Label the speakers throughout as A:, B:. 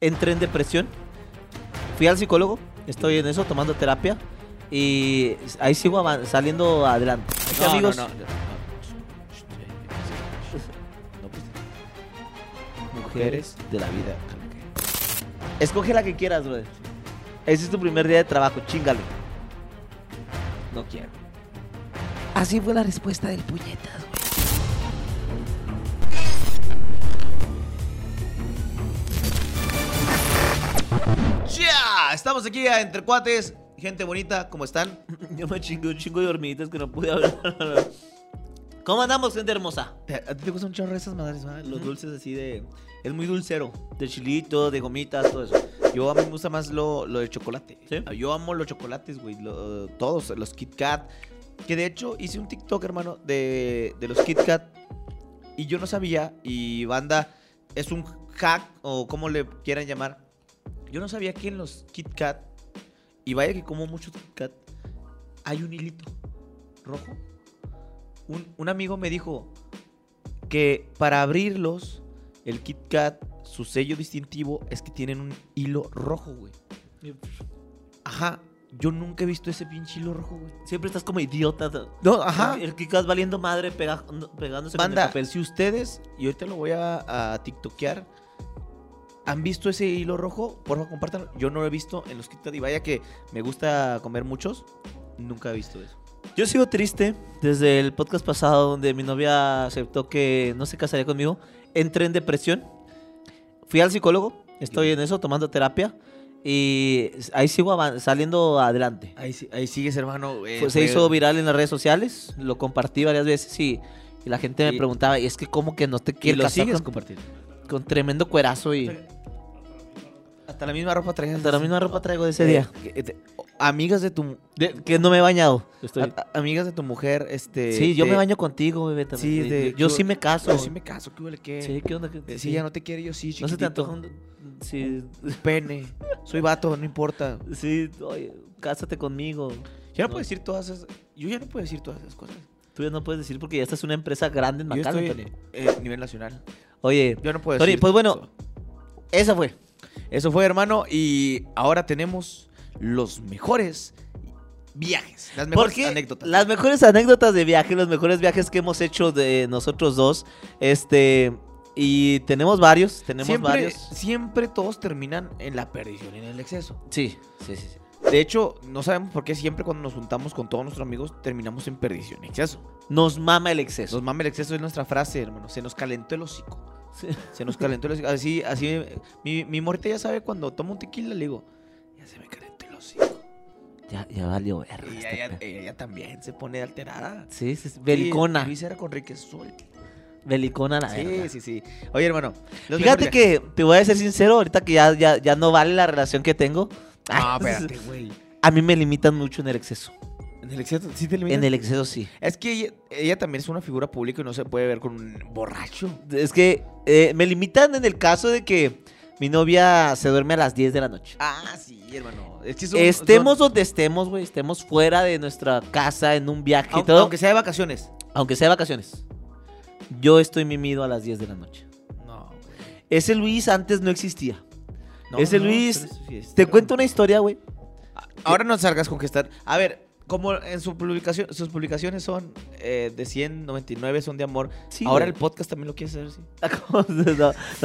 A: entré en depresión. Fui al psicólogo, estoy en eso, tomando terapia. Y ahí sigo avan- saliendo adelante. Así que,
B: No,
A: amigos,
B: no, no, no, no. Shh, shh, eh, no, pues. Mujeres de la vida.
A: escoge la que quieras, brother. Ese es tu primer día de trabajo, chingale.
B: No quiero.
A: Así fue la respuesta del puñetas, güey.
C: ¡Ya! Estamos aquí a Entre Cuates. Gente bonita, ¿cómo están?
A: Yo me chingué un chingo de hormiguitas que no pude hablar. ¿Cómo andamos, gente hermosa?
C: Eh, ¿A ti te gustan un chorro esas madres, ¿verdad? Los dulces así de... Es muy dulcero.
A: De chilito, de gomitas, todo eso.
C: Yo a mí me gusta más lo, lo de chocolate.
A: ¿Sí?
C: Yo amo los chocolates, güey. lo- todos, los Kit Kat. Que de hecho hice un TikTok, hermano, de, de los Kit Kat. Y yo no sabía. Y banda, es un hack o como le quieran llamar. Yo no sabía que en los Kit Kat, y vaya que como muchos Kit Kat, hay un hilito rojo. Un, un amigo me dijo que para abrirlos, el Kit Kat, su sello distintivo es que tienen un hilo rojo, güey. Ajá, yo nunca he visto ese pinche hilo rojo, güey.
A: Siempre estás como idiota.
C: No, ajá.
A: El Kikas valiendo madre pega- pegándose con el
C: Banda,
A: papel.
C: si ustedes, y ahorita lo voy a, a tiktokear, ¿han visto ese hilo rojo? Por favor, compártanlo. Yo no lo he visto en los Kit Kat y vaya que me gusta comer muchos. Nunca he visto eso.
A: Yo sigo triste desde el podcast pasado donde mi novia aceptó que no se casaría conmigo. Entré en depresión. Fui al psicólogo, estoy en eso, tomando terapia. Y ahí sigo avan- saliendo adelante.
C: Ahí, sigues, hermano. eh,
A: Fue- se hizo viral en las redes sociales, lo compartí varias veces y, y la gente me
C: Y-
A: preguntaba, y es que como que no te
C: Y
A: quieres
C: lo
A: casar
C: sigues
A: con,
C: compartiendo.
A: con tremendo cuerazo y
C: Hasta la misma ropa traías.
A: hasta la misma ropa traigo de ese día.
C: Eh, que te- amigas de tu...
A: De- que no me he bañado.
C: a- a- amigas de tu mujer, este...
A: sí, yo
C: te-
A: me baño contigo, bebé. También.
C: Sí,
A: Yo-
C: de-
A: yo, sí me caso.
C: Yo sí me caso, ¿qué huele qué?
A: Sí, ¿qué onda? ¿Qué-
C: Eh, Si
A: sí?
C: ella no te quiere, yo sí,
A: ¿No se te
C: chiquitito.
A: antoja un- Sí,
C: Pene. Soy vato, no importa.
A: sí, oye, cásate conmigo.
C: Yo no,
A: No.
C: puedo decir todas esas. Yo ya no puedo decir todas esas cosas.
A: Tú ya no puedes decir porque ya esta es una empresa grande en
C: Yo
A: Macalón,
C: estoy
A: Tony.
C: eh, a nivel nacional.
A: Oye,
C: Yo no puedo
A: Tony,
C: decir.
A: pues bueno.
C: todo.
A: esa fue.
C: Eso fue, hermano. Y ahora tenemos los mejores viajes. Las mejores
A: Porque
C: anécdotas.
A: las mejores anécdotas de viaje, los mejores viajes que hemos hecho de nosotros dos, este y tenemos varios, tenemos
C: siempre,
A: varios.
C: siempre todos terminan en la perdición, en el exceso.
A: Sí, sí, sí. sí.
C: De hecho, no sabemos por qué siempre cuando nos juntamos con todos nuestros amigos terminamos en perdición, exceso.
A: Nos mama el
C: Nos
A: exceso.
C: mama el exceso es nuestra frase, hermano. Se nos calentó el hocico.
A: Sí.
C: Se nos calentó el hocico. Así, así. eh, Mi, mi morrita ya sabe cuando tomo un tequila, le digo, ya se me calentó el hocico.
A: Ya, ya valió verga
C: Y
A: este
C: ella, ella-
A: pe-
C: ella también se pone alterada.
A: Sí, sí, sí. Belicona.
C: Sí, Luis era Conrique Sol.
A: Belicona la
C: Sí,
A: verga.
C: sí, sí. Oye, hermano. los
A: Fíjate
C: mejores-
A: que te voy a ser sincero, ahorita que ya, ya, ya no vale la relación que tengo. Ah,
C: No, espérate, güey.
A: A mí me limitan mucho en el exceso.
C: En el exceso, sí te eliminan?
A: En el exceso sí.
C: Es que ella, ella también es una figura pública y no se puede ver con un borracho.
A: Es que eh, me limitan en el caso de que mi novia se duerme a las 10 de la noche.
C: Ah, sí, hermano. Es que son-
A: estemos
C: son-
A: donde estemos, güey, estemos fuera de nuestra casa en un viaje y
C: aunque,
A: todo,
C: aunque sea de vacaciones.
A: sea de vacaciones. Yo estoy mimido a las 10 de la noche.
C: No, güey.
A: Ese Luis antes no existía.
C: No,
A: Ese
C: no,
A: Luis,
C: pero es fiestero.
A: Te cuento una historia, güey.
C: Ahora no salgas con que están. A ver, como en su publicación, sus publicaciones son eh, de 199, son de amor.
A: Sí,
C: Ahora
A: güey.
C: el podcast también lo quiere hacer así.
A: no, no, no,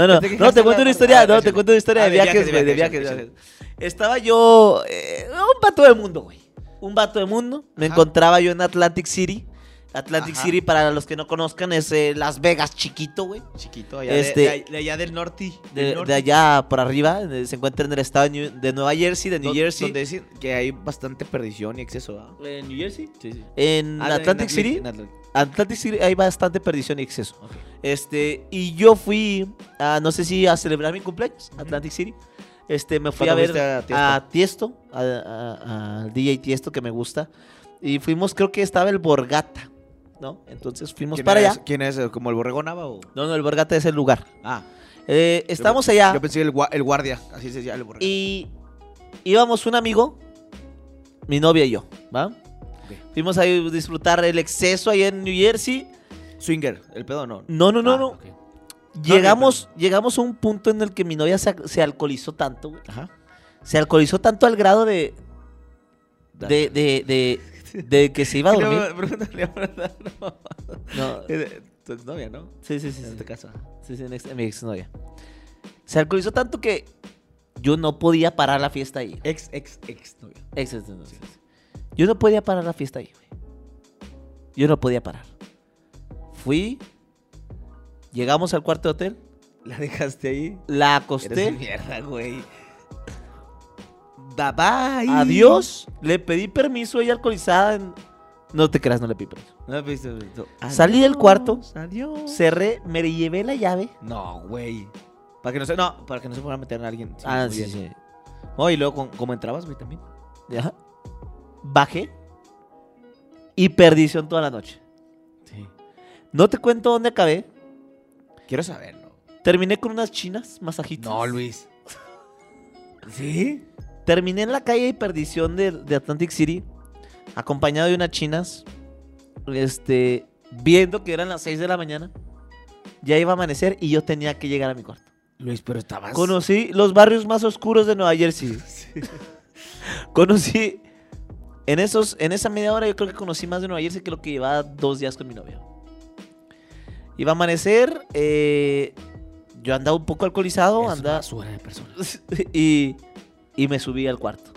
A: no, no,
C: te quejaste
A: te cuento
C: de-
A: una historia,
C: ah,
A: no, te
C: vacaciones.
A: cuento una historia
C: Ah,
A: de
C: de
A: viajes,
C: viajes,
A: güey, de
C: viajes,
A: viajes.
C: viajes.
A: viajes. Estaba yo, eh, un vato del mundo, güey, un vato del mundo. Me
C: Ajá.
A: encontraba yo en Atlantic City. Atlantic
C: Ajá.
A: City, para los que no conozcan, es eh, Las Vegas chiquito, güey.
C: Chiquito, allá, de-
A: Este-
C: de, de allá del norte. del
A: de,
C: norte.
A: de allá por arriba, eh, se encuentra en el estado de, New- de Nueva Jersey, de New
C: Don-
A: Jersey.
C: Donde dicen que hay bastante perdición y exceso. ¿ah?
A: ¿En New Jersey?
C: Sí, sí.
A: En
C: Ah, de-
A: Atlantic
C: en
A: City.
C: en Atlantic.
A: Atlantic City hay bastante perdición y exceso.
C: Ok.
A: Este, y yo fui, a, no sé si a celebrar mi cumpleaños,
C: Ujú.
A: Atlantic City. Este, me fui
C: ¿Cuándo
A: a ver
C: fuiste a Tiesto?
A: a Tiesto, a- a- al DJ Tiesto que me gusta. Y fuimos, creo que estaba el Borgata, ¿no? Entonces fuimos
C: ¿Quién
A: para
C: es-
A: allá.
C: ¿Quién es? ¿Como el borrego Nava o.?
A: No, no, el Borgata es el lugar.
C: Ah,
A: Eh, estamos allá.
C: yo pensé el, gua- el guardia. Así se decía el borrego.
A: Y íbamos un amigo, mi novia y yo, ¿va? Fuimos a disfrutar el exceso ahí en New Jersey.
C: Swinger, el pedo no.
A: Mm. No, no, no,
C: Ah,
A: no.
C: ok.
A: Llegamos, llegamos a un punto en el que mi novia se, se alcoholizó tanto, güey.
B: Ajá.
A: Se alcoholizó tanto al grado de,
B: Dale.
A: de, de, de, de que se iba a
C: No,
A: dormir.
C: pregúntale a Brandon, no.
A: No,
C: Eh, Tu exnovia, ¿no?
A: sí, sí, sí.
C: En este
A: sí.
C: tu casa.
A: Sí, sí, mi ex- mi exnovia. Se alcoholizó tanto que yo no podía parar la fiesta ahí.
C: Ex, ex, ex novia.
A: Ex, ex, ex, ex. Yo no podía parar la fiesta ahí, güey. Yo no podía parar. Fui, llegamos al cuarto de hotel,
C: ¿La dejaste ahí?
A: la
C: Eres un
A: acosté,
C: mierda, güey. Bye bye.
A: adiós, le pedí permiso, ella alcoholizada. en- No te creas, no le pedí permiso.
C: No, pues, tú,
A: Salí del cuarto.
C: Adiós.
A: Cerré, me llevé la llave.
C: No, güey. Para que no se, no, para que no se fuera a meter a alguien. Sí,
A: ah,
C: muy
A: sí,
C: bien.
A: sí.
C: No, y luego, con- ¿cómo entrabas, güey, también?
A: Ajá. Bajé y perdición toda la noche.
C: Sí.
A: No te cuento dónde acabé.
C: Quiero saberlo.
A: Terminé con unas chinas, masajitos.
B: No, Luis.
C: ¿Sí?
A: Terminé en la calle de perdición de, de Atlantic City, acompañado de unas chinas, este, viendo que eran las 6 de la mañana. Ya iba a amanecer y yo tenía que llegar a mi cuarto.
B: Luis, pero estabas.
A: Conocí los barrios más oscuros de Nueva Jersey. conocí, en, esos, en esa media hora yo creo que conocí más de Nueva Jersey que lo que llevaba dos días con mi novia. Iba a amanecer, eh, yo andaba un poco alcoholizado,
B: Es
A: andaba...
B: una basura de persona.
A: y, y me subí al cuarto.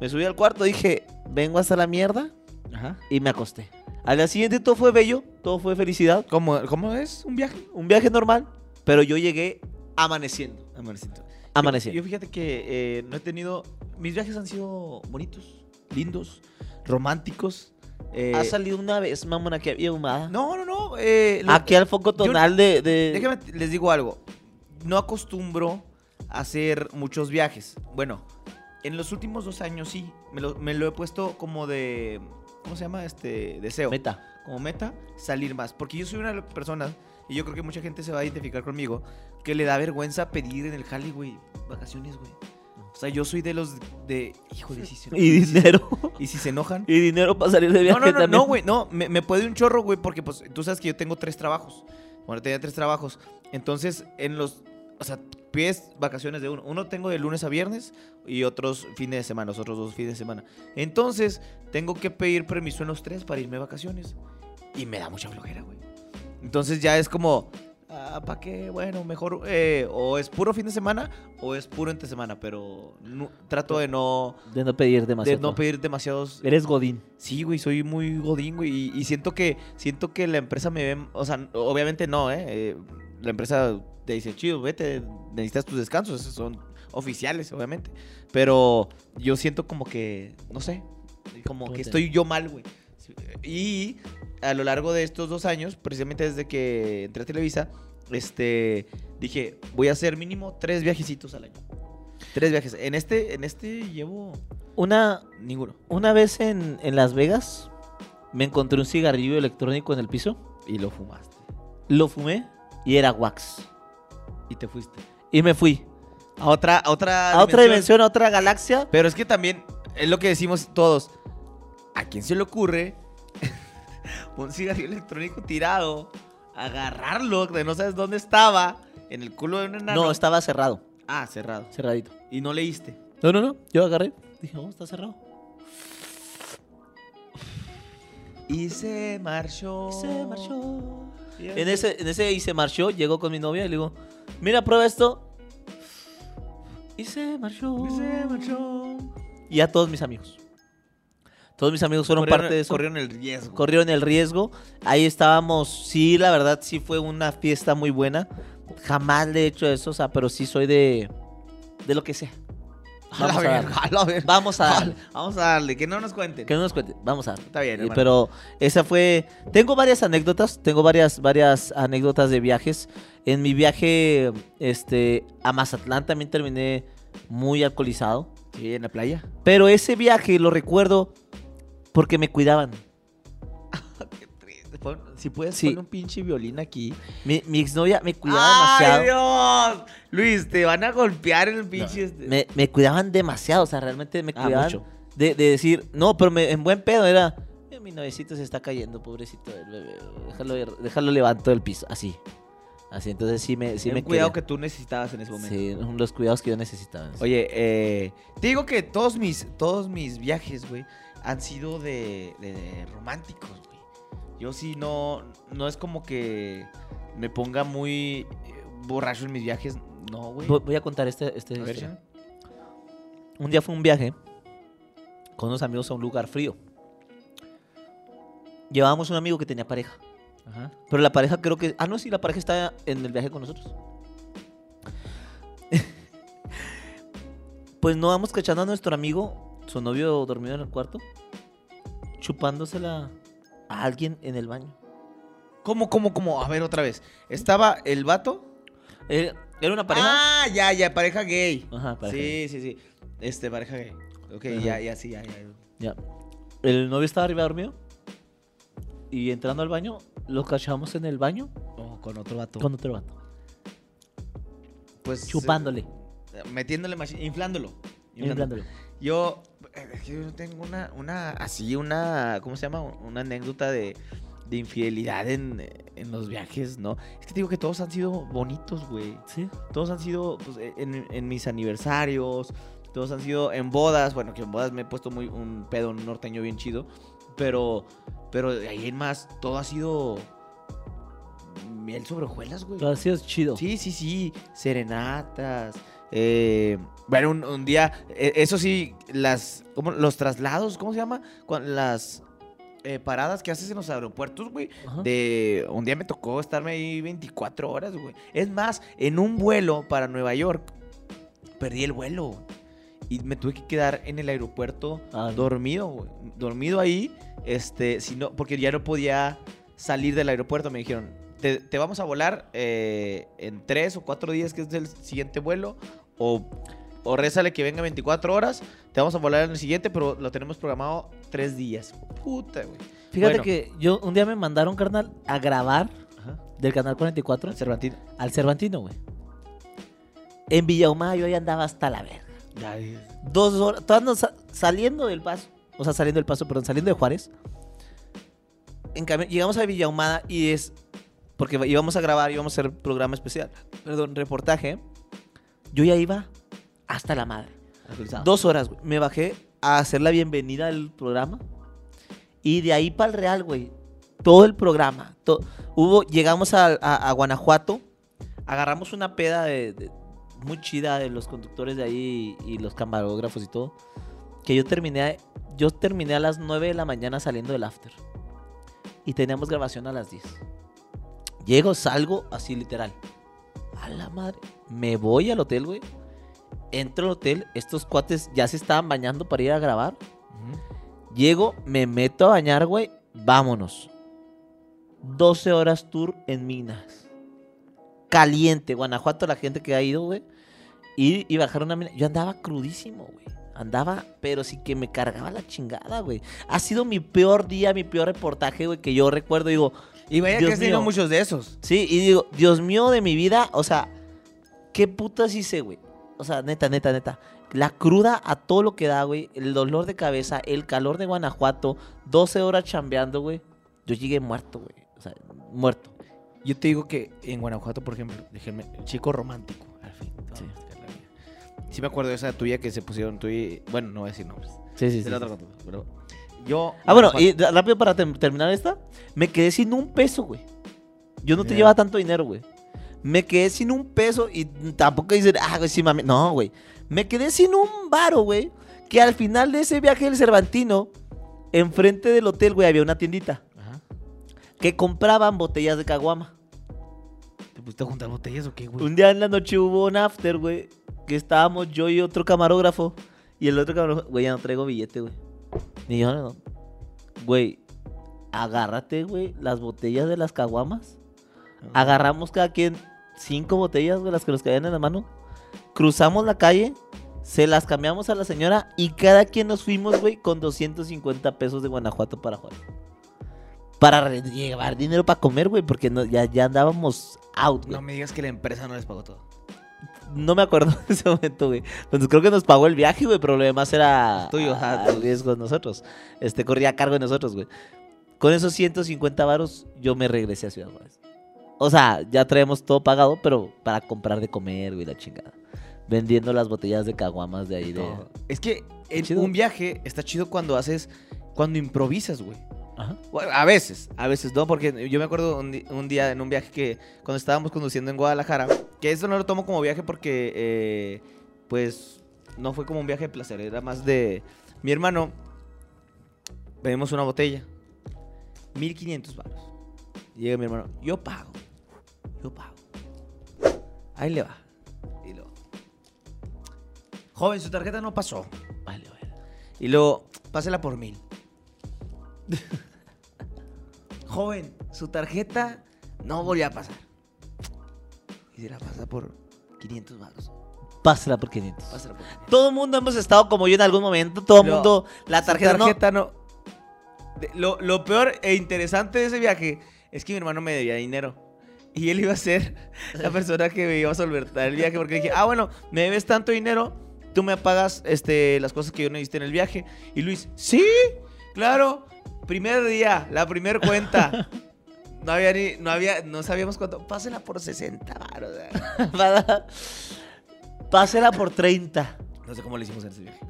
A: Me subí al cuarto, dije, vengo hasta la mierda
C: Ajá.
A: y me acosté. Al día siguiente todo fue bello, todo fue felicidad.
C: ¿Cómo, cómo es un viaje?
A: Un viaje normal, pero yo llegué amaneciendo.
C: Amanecito. Yo,
A: Amaneciendo.
C: fíjate que eh, no he tenido. Mis viajes han sido bonitos, lindos, románticos. eh,
A: ha salido una vez, mamón, aquí había humada.
C: No, no, no. eh, lo-
A: aquí al foco
C: yo-
A: tonal de... de-
C: Déjame, t- les digo algo. No acostumbro a hacer muchos viajes. Bueno, en los últimos dos años sí. Me lo, me lo he puesto como de. ¿Cómo se llama? Este deseo.
A: Meta.
C: Como meta, salir más. Porque yo soy una de las personas, y yo creo que mucha gente se va a identificar conmigo, que le da vergüenza pedir en el Jali, güey, vacaciones, güey. O sea, yo soy de los de. Híjole, sí, se
A: Y dinero.
C: ¿Y si se enojan?
A: y dinero para salir de viaje
C: No, no, no,
A: también.
C: no, güey, no, me, me puede un chorro, güey, porque pues tú sabes que yo tengo tres trabajos. Bueno, tenía tres trabajos. Entonces, en los, o sea, pides vacaciones de uno. Uno tengo de lunes a viernes y otros fines de semana, los otros dos fines de semana. Entonces, tengo que pedir permiso en los tres para irme de vacaciones. Y me da mucha flojera, güey. Entonces ya es como, ah, ¿para qué? Bueno, mejor, eh, o es puro fin de semana o es puro entre semana, pero no- trato de no,
A: De no pedir
C: de
A: demasiado.
C: no pedir demasiados
A: Eres Godín.
C: Sí, güey, soy muy godín, güey. Y, y siento que siento que la empresa me ve. O sea, obviamente no, ¿eh? Eh, La empresa te dice, chido, vete, necesitas tus descansos. Esos son oficiales, obviamente. Pero yo siento como que, no sé, como que
A: Puta.
C: estoy yo mal, güey. Sí, Y a lo largo de estos dos años, precisamente desde que entré a Televisa, este, dije, voy a hacer mínimo tres viajecitos al año. Tres viajes. En este, en este llevo
A: Una,
C: ninguno.
A: una vez en, en Las Vegas me encontré un cigarrillo electrónico en el piso.
C: Y lo fumaste.
A: Lo fumé y era wax.
C: Y te fuiste.
A: Y me fui.
C: A otra, a otra,
A: A otra dimensión, a otra galaxia.
C: Pero es que también es lo que decimos todos. ¿A quién se le ocurre un cigarrillo electrónico tirado, agarrarlo de no sabes dónde estaba, en el culo de una enano?
A: No, estaba cerrado.
C: Ah, cerrado.
A: Cerradito.
C: Y no leíste.
A: No, no, no. Yo agarré. Dije, oh, está cerrado.
C: Y se marchó.
A: Y se marchó.
C: Y
A: En ese, en ese y se marchó, llegó con mi novia y le digo, mira, prueba esto. Y se marchó.
C: Y se marchó.
A: Y a todos mis amigos. Todos mis amigos fueron
C: Corrieron-
A: parte de eso.
C: Corrieron el riesgo.
A: corrieron el riesgo. Ahí estábamos, sí, la verdad, sí fue una fiesta muy buena. Jamás le he hecho eso, o sea, pero sí soy de, de lo que sea.
C: A la
A: Vamos a
C: verga,
A: darle.
C: a la verga.
A: Vamos a darle.
C: Vamos a darle, que no nos cuenten.
A: Que no nos cuente, vamos a darle.
C: Está bien,
A: Eh,
C: hermano.
A: Pero esa fue. Tengo varias anécdotas. Tengo varias, varias anécdotas de viajes. En mi viaje este, a Mazatlán también terminé muy alcoholizado.
C: Sí, en la playa.
A: Pero ese viaje lo recuerdo porque me cuidaban.
C: Qué triste. Pon- si puedes,
A: Sí.
C: poner un pinche violín aquí.
A: Mi, mi exnovia me cuidaba demasiado.
C: ¡Ay, Dios! Luis, te van a golpear el pinche. este-
A: me, me cuidaban demasiado, o sea, realmente me
C: Ah,
A: cuidaban
C: mucho.
A: De, de decir, no, pero me- en buen pedo era, "Eh, mi novecito se está cayendo, pobrecito del bebé, déjalo, déjalo levanto del piso, así. Así, entonces sí me, sí
C: Ten
A: me
C: cuidado
A: quería-
C: que tú necesitabas en ese momento.
A: Sí, los cuidados que yo necesitaba.
C: Oye, eh, te digo que todos mis, todos mis viajes, güey, han sido de, de- de románticos, güey. Yo sí no, no es como que me ponga muy eh, borracho en mis viajes, no, güey.
A: Voy, voy a contar este... este
C: A ver,
A: historia.
C: Shannon.
A: Un día fue un viaje con unos amigos a un lugar frío. Llevábamos un amigo que tenía pareja.
C: Ajá.
A: Pero la pareja creo que... Ah, no, sí, la pareja estaba en el viaje con nosotros. pues no vamos cachando a nuestro amigo, su novio dormido en el cuarto, chupándosela a alguien en el baño.
C: ¿Cómo, cómo, cómo? A ver, otra vez. Estaba el vato.
A: Era era una pareja...
C: Ah, ya, ya, pareja gay.
A: Ajá, pareja.
C: Sí, sí, sí. Este, pareja gay. Ok,
A: Ajá.
C: ya, ya, sí, ya, ya.
A: Ya. El novio estaba arriba dormido. Y entrando al baño, lo cachamos en el baño
C: Oh, con otro vato.
A: con otro vato.
C: Pues,
A: Chupándole.
C: eh, metiéndole, machi- inflándolo.
A: inflándolo.
C: Yo, eh, yo tengo una, una, así, una, ¿cómo se llama? Una anécdota de, de infidelidad en, eh, en los viajes, ¿no? Es que te digo que todos han sido bonitos, güey.
A: Sí.
C: Todos han sido pues, e- en, en mis aniversarios, todos han sido en bodas. Bueno, que en bodas me he puesto muy un pedo un norteño bien chido. Pero, pero de ahí en más, todo ha sido miel sobre hojuelas, güey.
A: Lo ha sido chido.
C: Sí, sí, sí. Serenatas. eh, bueno, un, un día, eh, eso sí, las, ¿cómo? los traslados, ¿cómo se llama? Cuan- Las eh, paradas que haces en los aeropuertos, güey.
A: Ajá.
C: De, un día me tocó estarme ahí 24 horas, güey. Es más, en un vuelo para Nueva York, perdí el vuelo. güey, Y me tuve que quedar en el aeropuerto
A: Ah, no.
C: dormido, güey. Dormido ahí, este, si no, porque ya no podía salir del aeropuerto. Me dijeron, te, te vamos a volar eh, en tres o cuatro días, que es el siguiente vuelo, o, o rézale que venga 24 horas, te vamos a volar en el siguiente, pero lo tenemos programado tres días. Puta, güey.
A: Fíjate
C: Bueno.
A: que yo un día me mandaron, carnal, a grabar
C: Ajá.
A: del canal 44
C: Cervantino.
A: al Cervantino, güey. En Villaumá yo ahí andaba hasta la verga. Dos horas, todas nos sa- saliendo del paso. O sea, saliendo del paso, perdón, saliendo de Juárez. En cambio, llegamos a Villahumada y es. Porque íbamos a grabar, íbamos a hacer programa especial. Perdón, reportaje. Yo ya iba hasta la madre. Dos horas, güey. Me bajé a hacer la bienvenida al programa. Y de ahí para el Real, güey. Todo el programa. to- hubo, llegamos a, a- a Guanajuato. Agarramos una peda de- de- muy chida de los conductores de ahí y, y los camarógrafos y todo. Que yo terminé, a- yo terminé a las 9 de la mañana saliendo del after. Y teníamos grabación a las 10. Llego, salgo, así literal. A la madre. Me voy al hotel, güey. Entro al hotel, estos cuates ya se estaban bañando para ir a grabar. Llego, me meto a bañar, güey. Vámonos. 12 horas tour en Minas. Caliente, Guanajuato, la gente que ha ido, güey. Y, y bajaron a Minas. Yo andaba crudísimo, güey. Andaba, pero sí que me cargaba la chingada, güey. Ha sido mi peor día, mi peor reportaje, güey, que yo recuerdo. Digo,
C: Y vaya
A: Dios
C: que has tenido
A: mío.
C: muchos de esos.
A: Sí, y digo, Dios mío de mi vida, o sea, ¿qué putas hice, güey? O sea, neta, neta, neta. La cruda a todo lo que da, güey. El dolor de cabeza, el calor de Guanajuato, 12 horas chambeando, güey. Yo llegué muerto, güey. O sea, muerto.
C: Yo te digo que en Guanajuato, por ejemplo, déjenme, chico romántico, al fin. Este,
A: Sí.
C: Sí me acuerdo de esa tuya que se pusieron tú y... Bueno, no voy a decir nombres.
A: Sí, sí,
C: Del otro contexto, pero yo...
A: Ah, bueno,
C: Guanajuato-
A: y ra- rápido para tem- terminar esta, me quedé sin un peso, güey. Yo no te
C: Ya.
A: llevaba tanto dinero, güey. Me quedé sin un peso y tampoco dicen, ah, güey, sí, mami. No, güey. Me quedé sin un varo, güey. Que al final de ese viaje del Cervantino, enfrente del hotel, güey, había una tiendita
C: Ajá.
A: que compraban botellas de caguama.
C: ¿Te pusiste a juntar botellas o qué, güey?
A: Un día en la noche hubo un after, güey, que estábamos yo y otro camarógrafo. Y el otro camarógrafo, güey, ya no traigo billete, güey. Ni yo, no. Güey, agárrate, güey, las botellas de las caguamas.
C: Ah,
A: Agarramos cada quien cinco botellas, güey, las que nos caían en la mano. Cruzamos la calle, se las cambiamos a la señora y cada quien nos fuimos, güey, con 250 pesos de Guanajuato para Juárez. Para re- llevar dinero para comer, güey, porque no- ya, ya andábamos out, güey.
C: No me digas que la empresa no les pagó todo.
A: No me acuerdo de ese momento, güey. Pues creo que nos pagó el viaje, güey, pero lo demás era
C: Los tuyos,
A: a,
C: ah,
A: a
C: tus-
A: riesgo de nosotros. Este corría a cargo de nosotros, güey. Con esos 150 varos yo me regresé a Ciudad Juárez. O sea, ya traemos todo pagado, pero para comprar de comer, güey, la chingada. Vendiendo las botellas de caguamas de ahí. De...
C: No. Es que en
A: chido.
C: un viaje está chido cuando haces, cuando improvisas, güey.
A: Ajá.
C: Bueno, A veces, a veces no, porque yo me acuerdo un, di- un día en un viaje que cuando estábamos conduciendo en Guadalajara, que eso no lo tomo como viaje porque, eh, pues, no fue como un viaje de placer, era más de... Mi hermano, pedimos una botella, 1500 baros. Llega mi hermano, yo pago, yo pago. Ahí le va. Y luego, joven, su tarjeta no pasó.
A: Vale, vale.
C: Y luego, pásela por mil. Joven, su tarjeta no volvió a pasar. Y se la pasa por 500 baros.
A: Pásala por 500.
C: Pásala por 500.
A: Todo el mundo hemos estado como yo en algún momento. Todo el
C: Pero
A: mundo, la
C: Su
A: tarjeta, no.
C: no. De- Lo, lo peor e interesante de ese viaje es que mi hermano me debía dinero. Y él iba a ser la persona que me iba a solventar el viaje. Porque le dije, ah, bueno, me debes tanto dinero, tú me pagas este, las cosas que yo necesité en el viaje. Y Luis, sí, claro. Primer día, la primer cuenta. No había ni, no había, no sabíamos cuánto. Pásela por 60 baros.
A: Para- Pásela por 30.
C: No sé cómo le hicimos en ese viaje.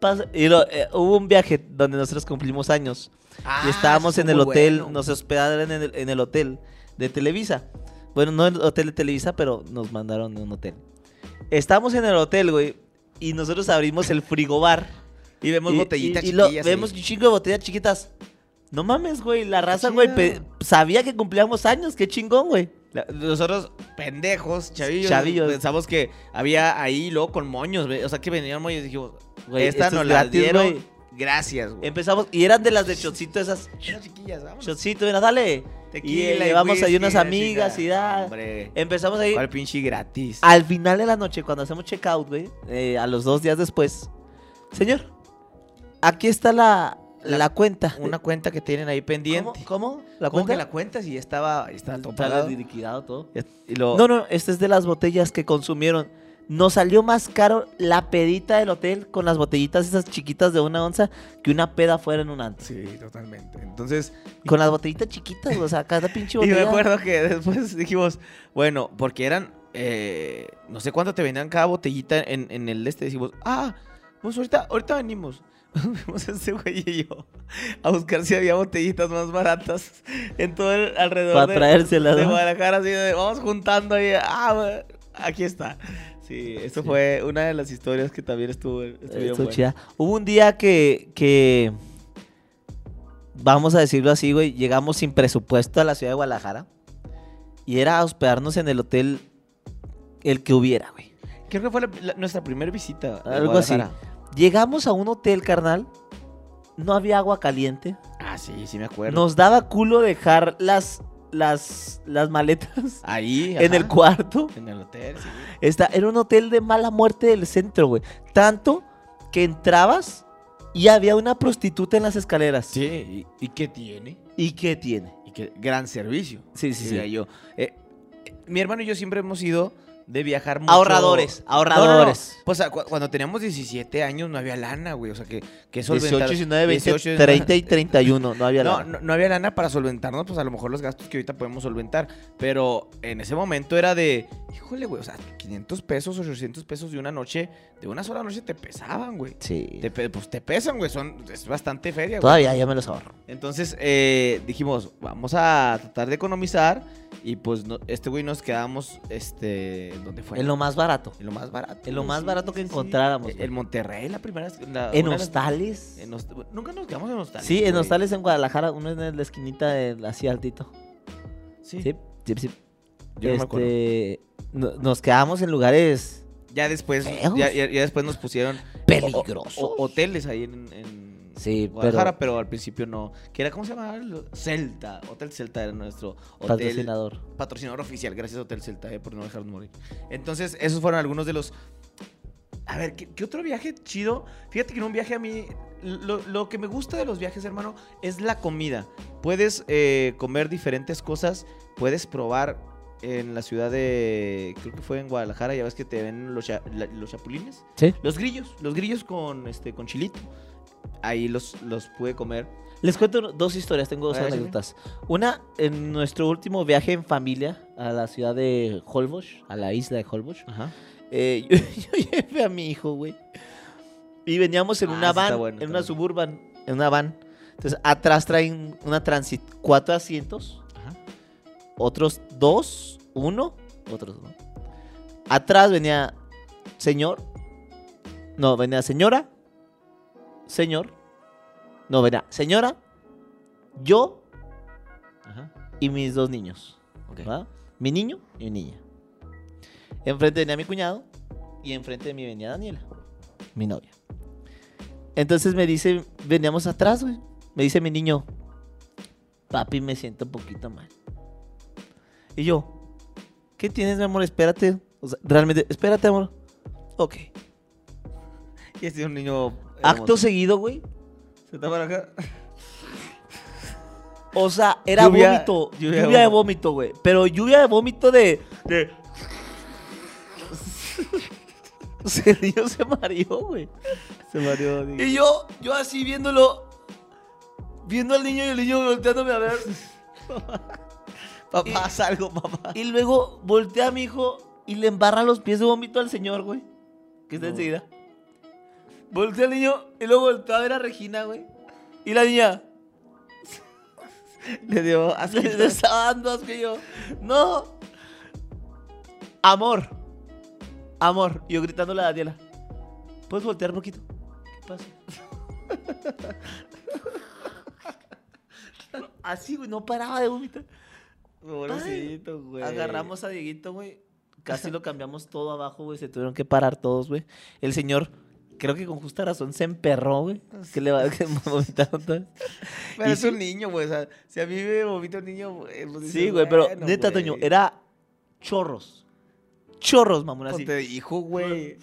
A: Pas- y lo- eh, hubo un viaje donde nosotros cumplimos años.
C: Ah,
A: y estábamos en el hotel, nos hospedaron en el, en el hotel de Televisa. Bueno, no en el hotel de Televisa, pero nos mandaron a un hotel. Estábamos en el hotel, güey, y nosotros abrimos el frigobar.
C: Y vemos
A: Y-
C: botellitas
A: y- y lo-
C: chiquillas ahí.
A: Vemos un chingo de botellas chiquitas. No mames, güey, la raza,
C: chido.
A: güey, pe- sabía que cumplíamos años, qué chingón, güey.
C: La- nosotros, pendejos, chavillos,
A: Chavillos.
C: pensamos que había ahí luego con moños, ve- o sea que venían moños y dijimos,
A: Güey,
C: esta
A: esto
C: nos
A: es
C: la
A: gratis,
C: dieron,
A: güey. Em,
C: gracias, güey.
A: Empezamos, y eran de las de chocito esas.
C: Unas chiquillas, vámonos.
A: Chocito, mira, dale. y eh,
C: Tequila
A: llevamos ahí
C: whisky,
A: unas
C: la
A: amigas y da.
C: chingada.
A: Em, ah,
C: Hombre,
A: Empezamos ahí.
C: ¿cuál pinche gratis?
A: Al final de la noche, cuando hacemos checkout, güey, eh, a los dos días después, señor, aquí está la, la,
C: La-
A: cuenta.
C: Una cuenta que tienen ahí
A: ¿Cómo?
C: pendiente.
A: ¿Cómo? ¿La
C: ¿Cómo
A: cuenta?
C: que la cuenta si ya estaba, ya estaba todo
A: Está
C: pagado?
A: liquidado todo.
C: Y lo,
A: No, no, esta es de las botellas que consumieron. Nos salió más caro la pedita del hotel con las botellitas esas chiquitas de una onza que una peda fuera en un antes.
C: Sí, totalmente. Entonces,
A: Con las botellitas chiquitas, o sea, cada pinche
C: Y
A: botella.
C: me acuerdo que después dijimos, bueno, porque eran, eh, no sé cuánto te vendían cada botellita en, en el este. Dijimos, ah, pues ahorita, ahorita venimos. Fuimos este güey y yo a buscar si había botellitas más baratas en todo el alrededor
A: Para
C: de,
A: traérselas,
C: de
A: ¿no?
C: Guadalajara. Así de, vamos juntando y, ah, aquí está. Sí, eso
A: Sí.
C: fue una de las historias que también estuvo.
A: Eh,
C: estuvieron
A: estuvo
C: buenas.
A: chida. Hubo un día que, que, vamos a decirlo así, güey, llegamos sin presupuesto a la ciudad de Guadalajara y era hospedarnos en el hotel el que hubiera, güey.
C: Creo que fue la- la- nuestra primera visita. a
A: Algo así.
C: Guadalajara.
A: Llegamos a un hotel, carnal, no había agua caliente,
C: Ah, sí, sí me acuerdo.
A: nos daba culo dejar las, las, las maletas
C: Ahí.
A: en el
C: ajá.
A: cuarto.
C: En el hotel, sí.
A: Está, era un hotel de mala muerte del centro, güey. Tanto que entrabas y había una prostituta en las escaleras.
C: Sí, ¿y, y qué tiene?
A: ¿Y qué tiene?
C: Y qué gran servicio.
A: Sí, sí,
C: Diría
A: sí.
C: yo. Eh, eh, mi hermano y yo siempre hemos ido de viajar mucho.
A: Ahorradores,
C: No, no, no.
A: ahorradores.
C: Pues a- cu- cuando teníamos 17 años no había lana, güey. O sea, que, que
A: 18,
C: solventar-
A: 19, 20,
C: 18, 19.
A: 30 y 31. No había
C: No,
A: lana.
C: no, no había lana para solventarnos, pues a lo mejor los gastos que ahorita podemos solventar. Pero en ese momento era de, híjole, güey, o sea, 500 pesos, 800 pesos de una noche, de una sola noche te pesaban, güey.
A: Sí.
C: Te pe- pues te pesan, güey, son, es bastante feria, güey.
A: Todavía ya me los ahorro.
C: Entonces eh, dijimos, vamos a tratar de economizar. Y pues no- este güey nos quedamos, este, ¿dónde fue?
A: En lo más barato.
C: En lo más barato.
A: en lo
C: güey,
A: más
C: sí,
A: barato
C: sí,
A: que
C: sí.
A: encontráramos,
C: El,
A: güey.
C: Monterrey, la primera.
A: En
C: la- una de las-
A: hostales.
C: en host- Nunca nos quedamos en hostales.
A: Sí, en
C: güey.
A: hostales en Guadalajara. Uno en la esquinita de- así altito.
C: Sí.
A: Sí, sí, sí.
C: Yo no me acuerdo.
A: Este, no- nos quedábamos en lugares
C: Ya después,
A: Feos.
C: ya, ya- ya después nos pusieron
A: peligrosos.
C: o- o- hoteles ahí en, en
A: Sí,
C: Guadalajara, pero... al principio no. Que era, ¿cómo se llamaba? Celta. Hotel Celta era nuestro hotel.
A: patrocinador.
C: patrocinador oficial. Gracias Hotel Celta eh, por no dejarnos morir. Entonces, esos fueron algunos de los... A ver, ¿qué, qué otro viaje chido? Fíjate que en un viaje a mí... Lo, lo que me gusta de los viajes, hermano, es la comida. Puedes eh, comer diferentes cosas, puedes probar en la ciudad de... Creo que fue en Guadalajara, ya ves que te ven los, cha- la- los chapulines.
A: Sí.
C: Los grillos, los grillos con, este, con chilito. ahí los, los pude comer.
A: Les cuento dos historias, tengo dos
C: A ver, échale.
A: anécdotas. Una, en nuestro último viaje en familia a la ciudad de Holbox, a la isla de Holbox,
C: Ajá.
A: eh, yo, yo llevé a mi hijo, güey. Y veníamos en
C: Ah,
A: una
C: eso está
A: van,
C: bueno,
A: en
C: está
A: una
C: bueno.
A: suburban, en una van. Entonces, atrás traen una transit, cuatro asientos,
C: Ajá.
A: otros dos, uno, otros dos. Atrás venía señor, no, venía señora, señor, no, venía señora, yo
C: Ajá.
A: y mis dos niños.
C: Ok.
A: ¿va? Mi niño y mi niña. Enfrente venía mi cuñado y enfrente de mí venía Daniela, mi novia. Entonces me dice, veníamos atrás, güey. Me dice mi niño, papi, me siento un poquito mal. Y yo, ¿qué tienes, mi amor? Espérate. O sea, realmente, espérate, amor. Ok.
C: Y este es un niño.
A: Acto
C: hermoso.
A: seguido, güey.
C: Se está para acá.
A: O sea, era
C: Lluvia-
A: vómito.
C: lluvia de
A: Lluvia, de vómito,
C: vómito.
A: güey. Pero lluvia de vómito de. de- O sea, el niño se mareó, güey.
C: Se mareó. digo.
A: Y yo, yo así viéndolo. Viendo al niño y el niño volteándome a ver.
C: Papá, haz algo, papá.
A: Y luego voltea a mi hijo y le embarra los pies de vómito al señor, güey. Que está
C: No.
A: enseguida. Voltea al niño y luego voltea a ver a Regina, güey. Y la niña.
C: Le dio asco.
A: Le estaba dando asco y yo. No. Amor. Amor. Y Yo gritándole a Daniela. ¿Puedes voltear un poquito? ¿Qué pasa? Así, güey, no paraba de vomitar.
C: Pobrecito, güey.
A: Agarramos a Dieguito, güey. Casi lo cambiamos todo abajo, güey. Se tuvieron que parar todos, güey. El señor, creo que con justa razón, se emperró, güey. Que le va que vomitaron todo.
C: Pero
A: Y
C: es
A: sí-
C: un niño, güey. O sea, si a mí me vomita un niño, güey. pues
A: Sí,
C: dices,
A: güey, pero
C: bueno,
A: neta,
C: güey.
A: Toño, era chorros. Chorros, mamón, así.
C: Ponte de hijo, güey.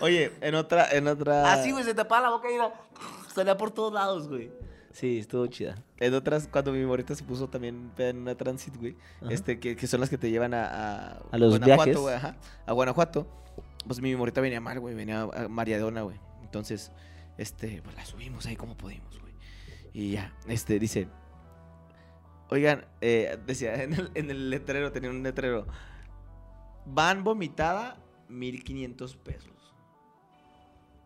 C: Oye, en otra, en otra.
A: Así, Ah, güey, se tapaba la boca y era... salía por todos lados, güey. Sí, estuvo chida.
C: En otras, cuando mi morita se puso también peda en una transit, güey.
A: Ajá.
C: Este, que, que son las que te llevan a, a,
A: A los
C: Guanajuato,
A: viajes.
C: güey, ajá, a Guanajuato. Pues mi morita venía mal, güey. Venía a- a Mariadona, güey. Entonces, este, pues la subimos ahí como pudimos, güey. Y ya, este, dice. Oigan, eh, decía, en el, en el letrero, tenía un letrero. Van vomitada, 1500 pesos.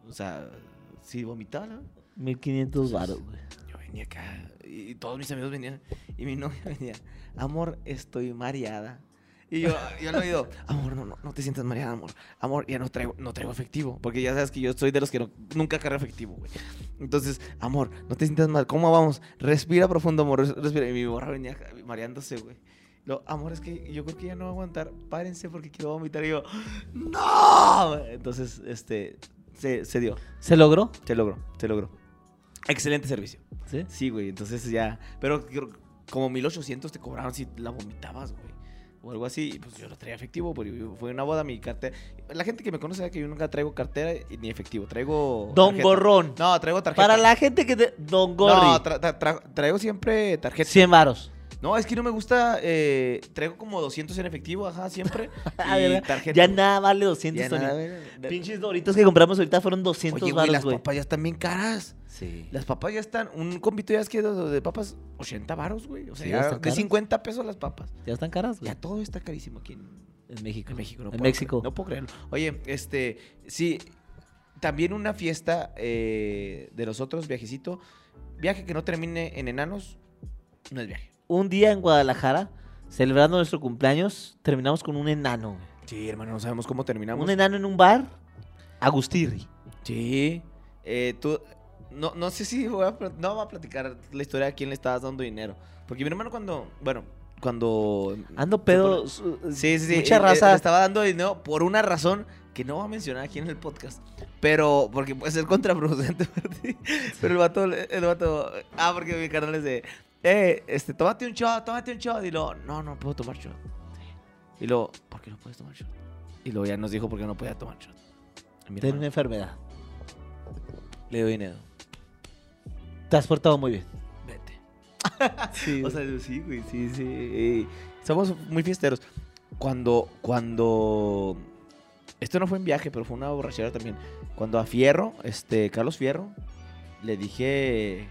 C: O sea, sí, vomitada, ¿no?
A: 1500 baros, güey.
C: Yo venía acá y todos mis amigos venían y mi novia venía, amor, estoy mareada. Y yo, yo le he oído, amor, no, no, no te sientas mareada, amor. Amor, ya no traigo, no traigo efectivo. Porque ya sabes que yo soy de los que no- nunca carga efectivo, güey. Entonces, amor, no te sientas mal. ¿Cómo vamos? Respira profundo, amor. res- Respira. Y mi borra venía acá mareándose, güey. Lo, amor, es que yo creo que ya no voy a aguantar. Párense porque quiero vomitar. Y yo, ¡No! Entonces, este, se, se dio.
A: ¿Se logró?
C: Se logró, se logró. Excelente servicio.
A: Sí.
C: Sí, güey, entonces ya. Pero creo- como 1800 te cobraron si la vomitabas, güey. O algo así. Y pues yo no traía efectivo, porque yo- fue una boda mi cartera. La gente que me conoce sabe que yo nunca traigo cartera y- ni efectivo. Traigo.
A: Don
C: tarjeta.
A: Gorrón.
C: No, traigo tarjeta.
A: Para la gente que te... Don Gorri.
C: No, tra- tra- tra- traigo siempre tarjeta.
A: 100 varos.
C: No, es que no me gusta. eh, traigo como 200 en efectivo, ajá, siempre.
A: Ah,
C: y
A: ¿verdad?
C: tarjeta.
A: Ya nada vale
C: Ya
A: 200, Toño.
C: nada, güey.
A: Pinches doritos que compramos ahorita fueron 200
C: Oye, güey,
A: varos,
C: las
A: güey.
C: papas ya están bien caras.
A: Sí.
C: Las papas ya están, un convito ya es que de, de papas, 80 varos, güey. O sea,
A: Sí,
C: ya
A: ya están
C: de
A: caras.
C: 50 pesos las papas.
A: Ya están caras, güey.
C: Ya todo está carísimo aquí en,
A: En México.
C: en México. No
A: en
C: puedo
A: México.
C: cre- no puedo creerlo. Oye, este, sí, también una fiesta eh, de nosotros, viajecito. Viaje que no termine en enanos, no es viaje.
A: Un día en Guadalajara, celebrando nuestro cumpleaños, terminamos con un enano. güey.
C: Sí, hermano, no sabemos cómo terminamos.
A: Un enano en un bar. Agustirri.
C: Sí. Eh, tú. No, no sé si voy a, pl- no va a platicar la historia de quién le estabas dando dinero. Porque mi hermano, cuando. Bueno, cuando.
A: Ando pedo.
C: Sí, sí, sí.
A: Mucha
C: eh, eh,
A: raza.
C: le estaba dando dinero por una razón que no va a mencionar aquí en el podcast. Pero, porque puede ser contraproducente para ti. Pero el vato, le- el vato. Ah, porque mi canal es de. Eh, este, tómate un shot, tómate un shot. Y luego, no, no puedo tomar shot. Y luego, ¿por qué no puedes tomar shot? Y luego ya nos dijo por qué no podía tomar shot. Mi
A: Tengo una
C: hermano,
A: enfermedad.
C: le doy dinero.
A: Te has portado muy bien.
C: Vete.
A: Sí.
C: O sea, sí, güey, sí, sí. eh, Somos muy fiesteros. Cuando, cuando... Esto no fue en viaje, pero fue una borrachera también. Cuando a Fierro, este, Carlos Fierro,
B: le dije.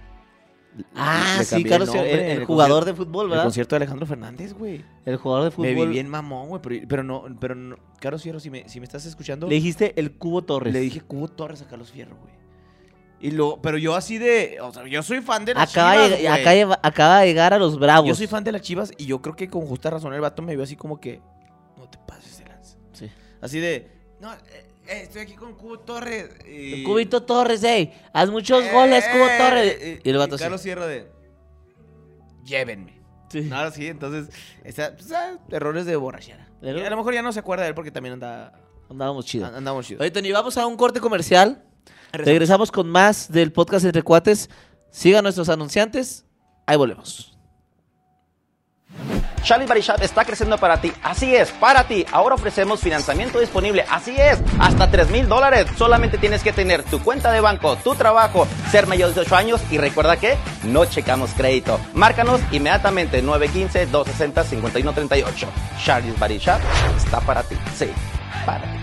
A: Ah,
B: le
A: sí,
B: cambié
A: Carlos, el,
B: nombre en
A: el
B: el
A: jugador
B: concierto-
A: de fútbol,
B: El
A: ¿verdad?
B: concierto de Alejandro Fernández, güey.
A: El jugador de
B: Me vi
A: fútbol.
B: bien mamón, güey. Pero, pero no, pero no. Carlos Fierro, si me, si me estás escuchando,
A: Le dijiste el Cubo Torres.
B: le dije Cubo Torres a Carlos Fierro, güey.
C: Y lo, pero yo así de. O sea, yo soy fan de las
A: Acaba,
C: Chivas.
A: de,
C: güey.
A: acaba de- acaba de llegar a los Bravos.
B: Yo soy fan de las Chivas y yo creo que con justa razón el vato me vio así como que. No te pases de lanza.
A: Sí.
C: Así de. No, eh, eh, estoy aquí con Cubo Torres. Y...
A: Cubito Torres, ey. Haz muchos goles, Cubo
C: Eh,
A: Torres.
C: eh,
A: y el vato así.
C: Carlos Sierra de. Llévenme.
A: Sí.
C: No, ahora sí, entonces. esa- pues, ah, errores de borrachera. Y
A: Error.
C: A lo mejor ya no se acuerda de él porque también anda.
A: Andábamos chido.
C: an- Andamos chido.
A: Oye, Tony, vamos a un corte comercial. Regresamos con más del podcast Entre Cuates. Sigan nuestros anunciantes. Ahí volvemos.
D: Charlie Body Shop está creciendo para ti. Así es, para ti. Ahora ofrecemos financiamiento disponible. Así es, hasta 3 mil dólares. Solamente tienes que tener tu cuenta de banco, tu trabajo, ser mayor de 8 años y recuerda que no checamos crédito. Márcanos inmediatamente 915-260-5138. Charlie's Body Shop está para ti. Sí, para ti.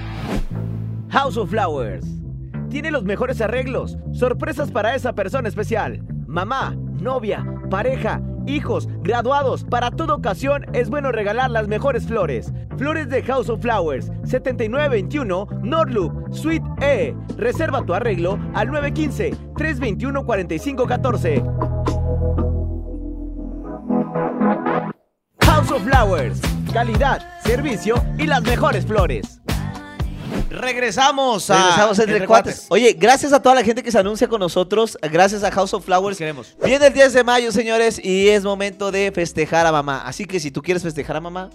E: House of Flowers. Tiene los mejores arreglos, sorpresas para esa persona especial. Mamá, novia, pareja, hijos, graduados. Para toda ocasión es bueno regalar las mejores flores. Flores de House of Flowers, 7921 Norloop, Suite E. Reserva tu arreglo al 915-321-4514. House of Flowers. Calidad, servicio y las mejores flores.
C: Regresamos a.
A: Regresamos entre, cuates. Oye, gracias a toda la gente que se anuncia con nosotros. Gracias a House of Flowers.
C: queremos.
A: Viene el 10 de mayo, señores, y es momento de festejar a mamá. Así que si tú quieres festejar a mamá,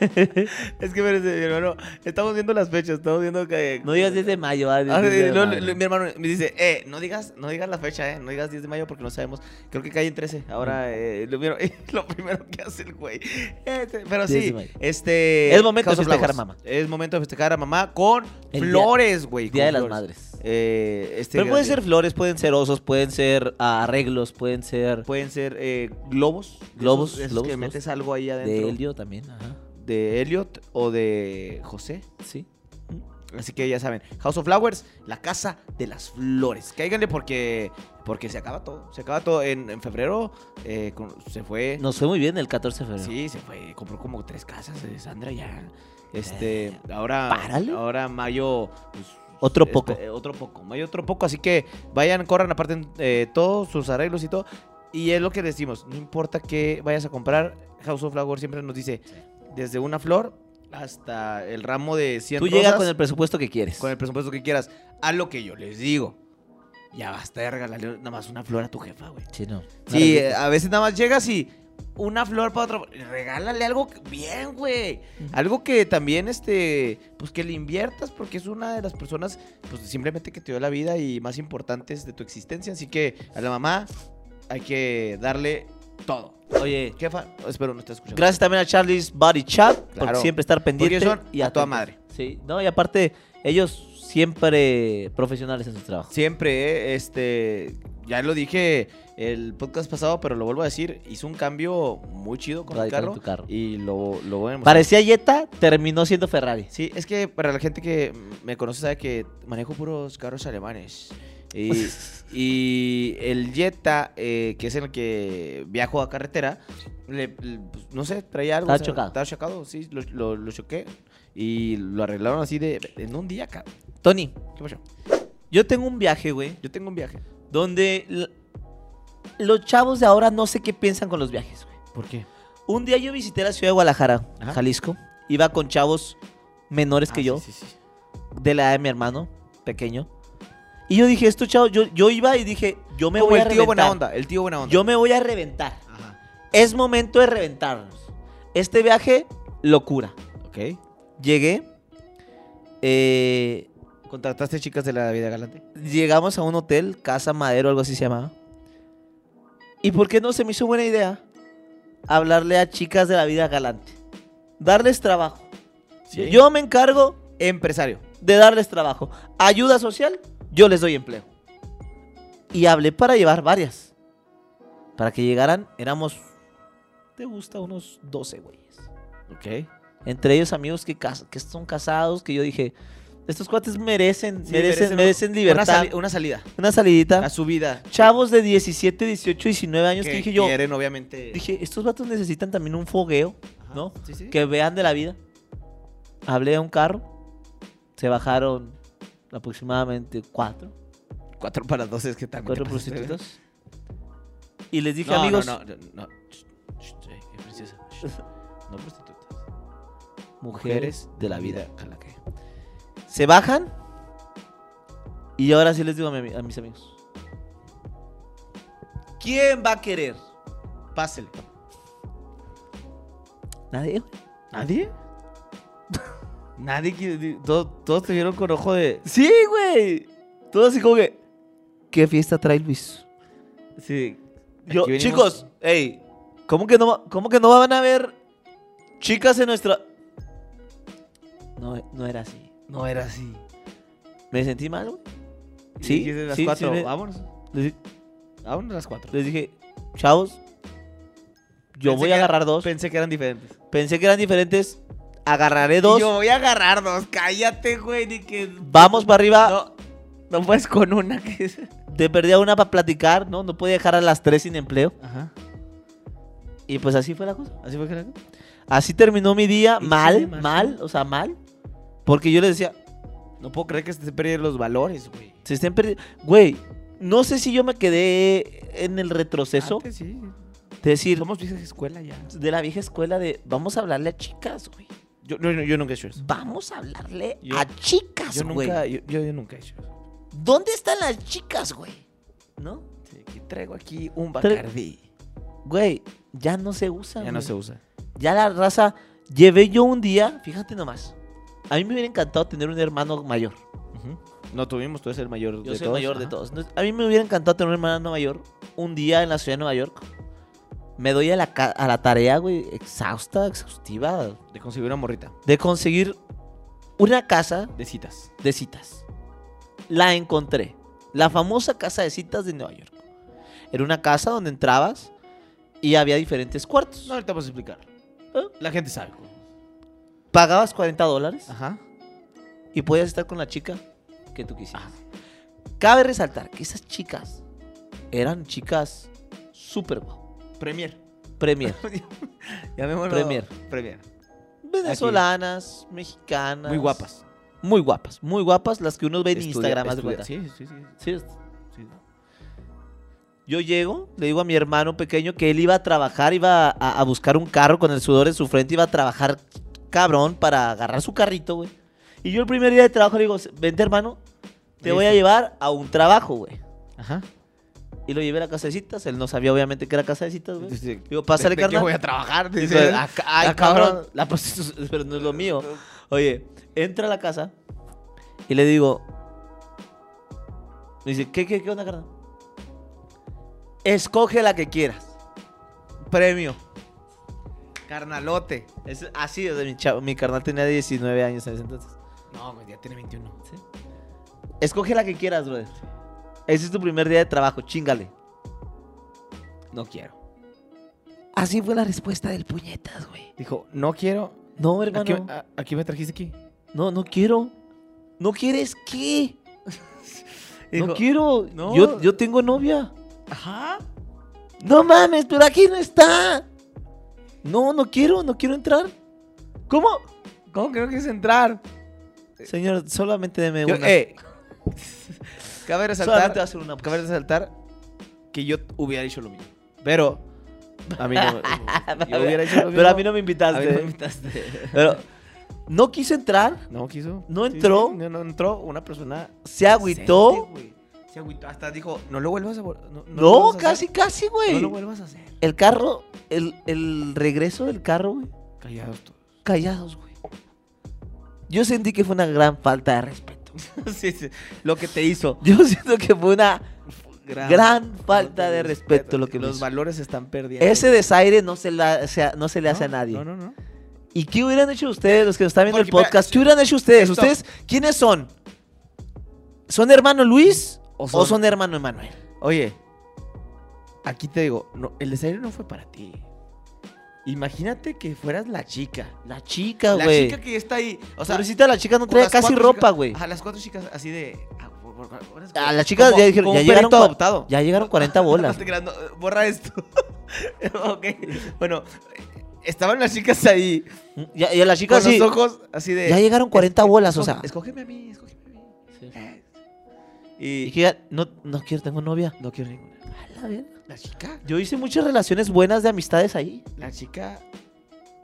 C: Es que, espérense, mi hermano. Estamos viendo las fechas. Estamos viendo que.
A: no digas 10 de mayo. ah,
C: Ah,
A: 10 de
C: eh, lo-
A: mayo.
C: lo- mi hermano me dice, eh, no digas, no digas la fecha, eh, no digas 10 de mayo porque no sabemos. Creo que cae en 13.
A: Mm.
C: Ahora, eh, lo, primero- lo primero que hace el güey. Este, pero
A: 10 de
C: sí,
A: mayo.
C: este...
A: Es momento de
C: House of
A: festejar a
C: Flowers.
A: mamá.
C: Es momento de festejar a mamá con
A: El día-
C: flores, güey.
A: Día
C: con
A: de las
C: flores.
A: Madres.
C: Eh, este
A: Pero
C: gran
A: pueden
C: día.
A: ser flores, pueden ser osos, pueden ser ah, arreglos, pueden ser
C: Pueden ser eh, globos. de esos-
A: Globos,
C: de esos
A: globos,
C: que
A: globos.
C: metes algo ahí adentro.
A: de helio también. Ajá.
C: de Elliot o de José.
A: Sí.
C: Así que ya saben, House of Flowers, la casa de las flores. Cáiganle porque, porque se acaba todo. Se acaba todo. En, en febrero eh, con- se fue.
A: Nos fue muy bien el 14 de febrero.
C: Sí, se fue. Compró como tres casas de Sandra ya. Este, ahora,
A: párale.
C: ahora mayo. pues,
A: Otro
C: espe-
A: poco.
C: eh, otro poco, mayo otro poco. Así que vayan, corran, aparten eh, todos sus arreglos y todo. Y es lo que decimos, no importa que vayas a comprar, House of Flowers siempre nos dice, desde una flor hasta el ramo de 100
A: Tú llegas
C: rosas,
A: con el presupuesto que quieres.
C: con el presupuesto que quieras. Haz lo que yo les digo. Ya basta de regalarle nada más una flor a tu jefa, güey.
A: Sí, no.
C: Sí,
A: Maravilla.
C: eh, a veces nada más llegas y una flor para otro. Regálale algo que- bien, güey. Algo que también, este, pues que le inviertas porque es una de las personas, pues simplemente que te dio la vida y más importantes de tu existencia. Así que a la mamá hay que darle todo.
A: Oye,
C: Jefa, espero no estés escuchando.
A: gracias también a Charlie's Body Chat por
C: Claro.
A: siempre estar pendiente.
C: Porque son
A: y
C: a toda
A: atentos.
C: madre.
A: Sí, no, y aparte, ellos siempre profesionales en su trabajo.
C: Siempre, eh, este, ya lo dije el podcast pasado, pero lo vuelvo a decir, hizo un cambio muy chido con el
A: Radical en
C: carro,
A: tu carro.
C: y lo, lo voy a demostrar.
A: Parecía Jetta, terminó siendo Ferrari.
C: Sí, es que para la gente que mm, me conoce sabe que manejo puros carros alemanes. Y, y el Jetta, eh, que es en el que viajo a carretera, le- le- pues, no sé, traía algo.
A: Estaba
C: o sea,
A: chocado.
C: Estaba chocado, sí, lo, lo- lo choqué. Y lo arreglaron así de en un día, cabrón.
A: Tony,
C: ¿Qué pasó?
A: yo tengo un viaje, güey,
C: Yo tengo un viaje.
A: donde l- los chavos de ahora no sé qué piensan con los viajes, güey.
C: ¿Por qué?
A: Un día yo visité la ciudad de Guadalajara,
C: Ajá.
A: Jalisco. Iba con chavos menores
C: Ah,
A: que yo, de la edad de mi hermano, pequeño. Y yo dije, esto, chavos, yo, yo iba y dije, yo me
C: Como
A: voy a
C: el tío
A: reventar.
C: buena onda, el tío buena onda.
A: Yo me voy a reventar.
C: Ajá.
A: Es momento de reventarnos. Este viaje, locura.
C: Ok.
A: Llegué. eh,
C: ¿Contrataste chicas de la vida galante?
A: llegamos a un hotel, Casa Madero, algo así se llamaba. ¿Y por qué no se me hizo buena idea hablarle a chicas de la vida galante? Darles trabajo. Yo me encargo
C: Empresario.
A: de darles trabajo. Ayuda social, yo les doy empleo. Y hablé para llevar varias. Para que llegaran, éramos, te gusta, unos 12 güeyes.
C: Ok.
A: Entre ellos amigos que, cas- que son casados, que yo dije, estos cuates merecen,
C: Sí,
A: merecen, merecen,
C: Una,
A: libertad.
C: sali- una salida
A: Una salidita.
C: a su vida.
A: Chavos de 17, 18, 19 años que
C: que
A: dije yo,
C: quieren, obviamente.
A: dije, estos vatos necesitan también un fogueo,
C: Ajá,
A: ¿no?
C: sí, sí.
A: Que vean de la vida. Hablé a un carro, se bajaron aproximadamente cuatro,
C: Cuatro para dos es que también.
A: cuatro
C: te pasaste, ¿verdad?
A: prostitutas. Y les dije,
C: No, no,
A: amigos,
C: No, no, no.
B: Shh, shh,
C: eh,
B: ey, ey, princesa, shh. No prostitutas.
A: mujeres
B: de la vida. Ojalá que.
A: se bajan. Y ahora sí les digo a, mi- a mis amigos. ¿Quién va a querer?
C: Pásele.
A: Nadie. güey.
C: ¿Nadie? Nadie. quiere- Todos, todos te vieron con ojo de.
A: Sí, güey. Todo así como que. ¿Qué fiesta trae Luis?
C: Sí.
A: Yo,
C: Aquí venimos-
A: chicos, hey, ¿cómo que, no, ¿cómo que no van a ver chicas en nuestra...? No, no era así.
C: No era así.
A: Me sentí mal, güey.
C: Y
A: Sí,
C: dijiste las
A: sí, sí
C: cuatro.
A: me-
C: Vámonos.
A: Les, di-
C: Vámonos las cuatro.
A: les dije, chavos, yo
C: Pensé
A: voy
C: que-
A: a agarrar dos.
C: Pensé que eran diferentes.
A: Pensé que eran diferentes. Agarraré dos.
C: Y Yo voy a agarrar dos. Cállate, güey. Ni que.
A: Vamos para arriba.
C: No, no puedes con una que es.
A: Te perdí a una para platicar, ¿no? No podía dejar a las tres sin empleo.
C: Ajá.
A: Y pues así fue la cosa.
C: Así fue que era.
A: Así terminó mi día.
C: Híjole,
A: Mal,
C: macho.
A: mal, o sea, mal. Porque yo les decía,
C: No puedo creer que se te pierden los valores, güey.
A: Se estén perdiendo. Güey, no sé si yo me quedé en el retroceso
C: Antes sí.
A: de decir,
C: Somos viejas de escuela ya.
A: de la vieja escuela de vamos a hablarle a chicas, güey.
C: Yo, no, no, yo nunca he hecho eso.
A: Vamos a hablarle
C: Yo-
A: a chicas,
C: Yo
A: güey.
C: nunca, yo, yo- yo nunca he hecho eso.
A: ¿Dónde están las chicas, güey? ¿No?
C: Sí, aquí traigo aquí un
A: Tra-
C: Bacardi.
A: Güey, ya no se usa.
C: Ya no se usa.
A: Ya la raza. Llevé yo un día, fíjate nomás. A mí me hubiera encantado tener un hermano mayor.
C: No tuvimos, tú eres el mayor de
A: Yo
C: todos. Ah,
A: soy el mayor de
C: Ajá.
A: todos. No, A mí me hubiera encantado tener un hermano mayor un día en la ciudad de Nueva York. Me doy a la, ca- a la tarea, güey, exhausta, exhaustiva,
C: De conseguir una morrita.
A: de conseguir una casa
C: De citas.
A: de citas. La encontré. La famosa casa de citas de Nueva York. Era una casa donde entrabas y había diferentes cuartos.
C: No, ahorita vamos a explicar.
A: ¿Eh?
C: La gente sabe. güey.
A: Pagabas 40 dólares
C: Ajá.
A: y podías estar con la chica que tú quisieras.
C: Ah,
A: Cabe resaltar que esas chicas eran chicas súper guau.
C: Premier.
A: Premier.
C: Llamémoslo.
A: Premier.
C: Premier.
A: Venezolanas, mexicanas.
C: Muy guapas.
A: Muy guapas, muy guapas las que uno ve en
C: Estudia-
A: Instagram. haz de
C: estudia-
A: cuenta.
C: Sí, sí, sí.
A: Sí, es-
C: sí.
A: Yo llego, le digo a mi hermano pequeño que él iba a trabajar, iba a, a buscar un carro con el sudor en su frente, iba a trabajar cabrón para agarrar su carrito, güey. Y yo el primer día de trabajo le digo, vente hermano, te voy a
C: Listo.
A: llevar a un trabajo, güey.
C: Ajá.
A: Y lo llevé a la casa de citas, él no sabía obviamente que era casa de citas, güey.
C: Dice,
A: Digo, pásale,
C: ¿de qué
A: carnal.
C: voy a trabajar?
A: Dice,
C: Dice,
A: "Ah,
C: "Acá-
A: Ay,
C: ah,
A: cabrón, la prostitución, pero no es lo mío. Oye, entra a la casa y le digo, me dice, ¿qué, qué, qué onda, carnal? Escoge la que quieras. Premio.
C: Carnalote.
A: Es así, o sea, mi, chavo- mi carnal tenía 19 años en ese entonces.
C: No, güey, ya tiene 21.
A: Escoge la que quieras, brother. Ese es tu primer día de trabajo, chingale.
C: No quiero.
A: Así fue la respuesta del puñetas, güey.
C: Dijo, no quiero.
A: No,
C: ¿A qué,
A: hermano.
C: a- a qué me trajiste aquí?
A: No, no quiero. ¿No quieres qué?
C: Dijo,
A: no quiero.
C: "No".
A: Yo, yo tengo novia.
C: Ajá.
A: No mames, pero aquí no está. No, no quiero, no quiero entrar. ¿Cómo?
C: ¿Cómo creo que es entrar?
A: Señor, solamente deme
C: Yo-
A: una.
C: eh,
A: solamente
C: Cabe resaltar,
A: va a ser una.
C: cabe resaltar que yo hubiera hecho lo mismo. Pero a mí no. yo hubiera hecho lo mismo.
A: Pero a mí no me
C: a mí
A: invitaste.
C: no me invitaste.
A: Pero no quiso entrar,
C: No quiso.
A: No
C: Sí,
A: entró.
C: sí, no, no entró una persona.
A: se agüitó.
C: decente, güey. Se agüitó. Hasta dijo, no lo vuelvas a. vol- No, no lo
A: No,
C: vuelvas a
A: casi,
C: hacer.
A: casi,
C: No
A: güey.
C: lo vuelvas a hacer.
A: el carro, el, el regreso del carro, güey.
C: Callados todos.
A: Callados, güey. Yo sentí que fue una gran falta de respeto.
C: sí, sí. Lo que te hizo.
A: Yo siento que fue una gran falta de respeto lo que me
C: Los
A: hizo.
C: valores se están perdiendo.
A: Ese desaire no se, la- se- no se le hace a nadie.
C: No, no, no.
A: ¿Y qué hubieran hecho ustedes, los que nos están viendo el
C: Porque, espera,
A: podcast? ¿Qué hubieran hecho ustedes?
C: Stop.
A: ¿Ustedes quiénes son? ¿Son hermano Luis
C: O
A: o
C: son-
A: son, hermano Emanuel?
C: Oye, aquí te digo, no, el desayuno no fue para ti. Imagínate que fueras la chica.
A: La chica,
C: la
A: güey.
C: chica que está ahí. O sea,
A: Pobrecita, la chica no trae
C: las
A: casi
C: cuatro
A: ropa,
C: chicas-
A: güey.
C: Ajá, las cuatro chicas así de. ah, por- por- por- por-
A: A las chicas
C: como-
A: ya dijeron,
C: como
A: ya
C: un
A: llegaron,
C: perrito
A: cua-
C: adoptado.
A: ya llegaron 40 bolas.
C: Te quedas, no, eh, borra esto. ok. Bueno, estaban las chicas ahí.
A: Ya- y a las chicas
C: con
A: sí.
C: los ojos así de.
A: Ya llegaron 40 bolas, o sea.
C: Escógeme a mí, escógeme a mí. Eh.
A: Y
C: Y.
A: que ya, no, no quiero, tengo novia.
C: No quiero ninguna.
A: A la verga.
C: La chica.
A: Yo hice muchas relaciones buenas de amistades ahí.
C: La chica.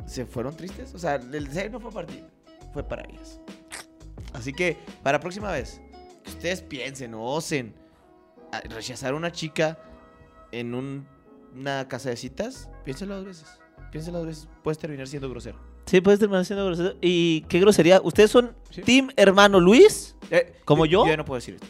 C: ¿Se fueron tristes? O sea, el deseo no fue para ti. Fue para ellas. Así que, para la próxima vez, que ustedes piensen o osen a rechazar a una chica en un- una casa de citas, piénselo dos veces. Piénselo dos veces. Puedes terminar siendo grosero.
A: Sí, puedes terminar siendo grosero. Y qué grosería. ¿Ustedes son
C: Sí.
A: Team Hermano Luis
C: Eh,
A: ¿Como yo?
C: Yo ya no puedo decir esto.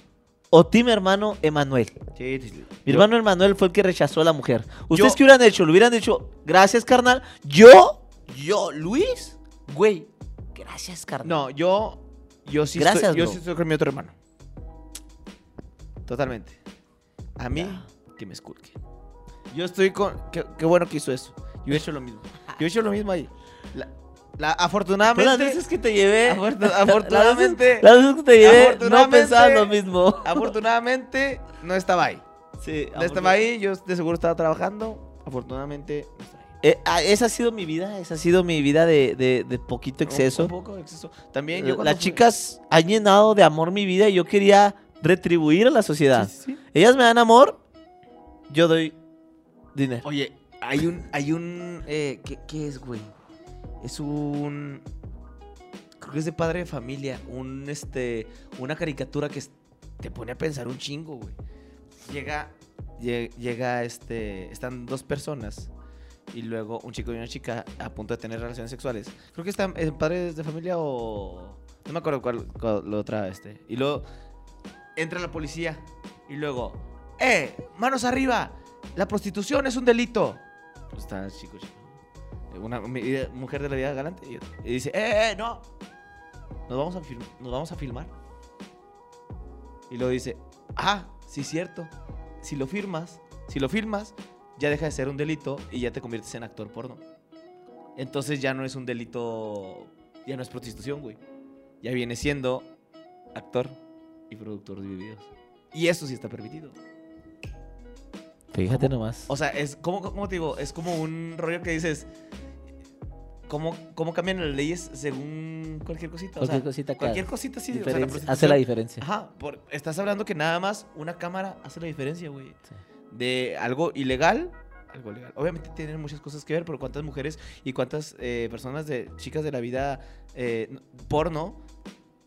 A: o Team Hermano Emanuel?
C: Sí, sí, sí.
A: Mi
C: Yo-
A: hermano Emanuel fue el que rechazó a la mujer. ¿Ustedes
C: Yo-
A: qué hubieran hecho? ¿Le hubieran dicho, gracias, carnal? ¿Yo? ¿Yo, Luis? Güey, gracias, carnal.
C: No, yo. Yo sí,
A: Gracias,
C: estoy, yo
A: bro.
C: sí estoy con mi otro hermano. Totalmente. A mí,
A: Ya.
C: que me esculquen. Yo estoy con. Qué, qué bueno que hizo eso. Yo he hecho lo mismo. Yo he hecho lo mismo ahí. La- la-
A: Fue las
C: afortunadamente.
A: veces que te llevé.
C: afortu- afortunadamente.
A: Las veces que te llevé, no
C: Afortunadamente-
A: pensaba lo mismo.
C: Afortunadamente, no estaba ahí.
A: Sí,
C: No estaba ahí. Yo de seguro estaba trabajando. Afortunadamente, no estaba ahí.
A: Eh, ah, esa ha sido mi vida, esa ha sido mi vida de, de- de poquito
C: Un-
A: exceso.
C: Un, poco de exceso. También
A: Eh,
C: yo. cuando
A: Las
C: fui-
A: chicas han llenado de amor mi vida y yo quería retribuir a la
C: Sí,
A: sociedad.
C: sí, sí.
A: Ellas me dan amor, yo doy dinero.
C: Oye, hay un. Hay un eh, ¿qué, qué es, güey? Es un. Creo que es de padre de familia. Un este. Una caricatura que es- te pone a pensar un chingo, güey. Llega. lle- Llega este. Están dos personas. Y luego un chico y una chica a punto de tener relaciones sexuales. Creo que están en padres de familia o. No me acuerdo cuál, cuál- la otra, este. Y luego entra la policía. Y luego. ¡Eh! ¡Manos arriba! La prostitución es un delito. Pues Está chico, chico. Una mi- eh, mujer de la vida galante. Y, y dice, ¡eh, eh, no! Nos vamos, a film- nos vamos a filmar. Y luego dice, ah, sí, cierto. Si lo firmas, si lo firmas, ya deja de ser un delito y ya te conviertes en actor porno. Entonces ya no es un delito, ya no es prostitución, güey. Ya viene siendo actor y productor de videos. Y eso sí está permitido.
A: Fíjate nomás.
C: O sea, es como, como te digo, es como un rollo que dices. ¿Cómo, cómo cambian las leyes según cualquier cosita? O sea,
A: Cualquier cosita que
C: Cualquier
A: haga.
C: cosita sí. o sea, la
A: Diferencia, hace
C: prostitución-
A: la diferencia.
C: Ajá, por- estás hablando que nada más una cámara hace la diferencia, güey.
A: Sí.
C: De algo ilegal, algo legal. Obviamente tienen muchas cosas que ver, pero cuántas mujeres y cuántas eh, personas de chicas de la vida eh, n- porno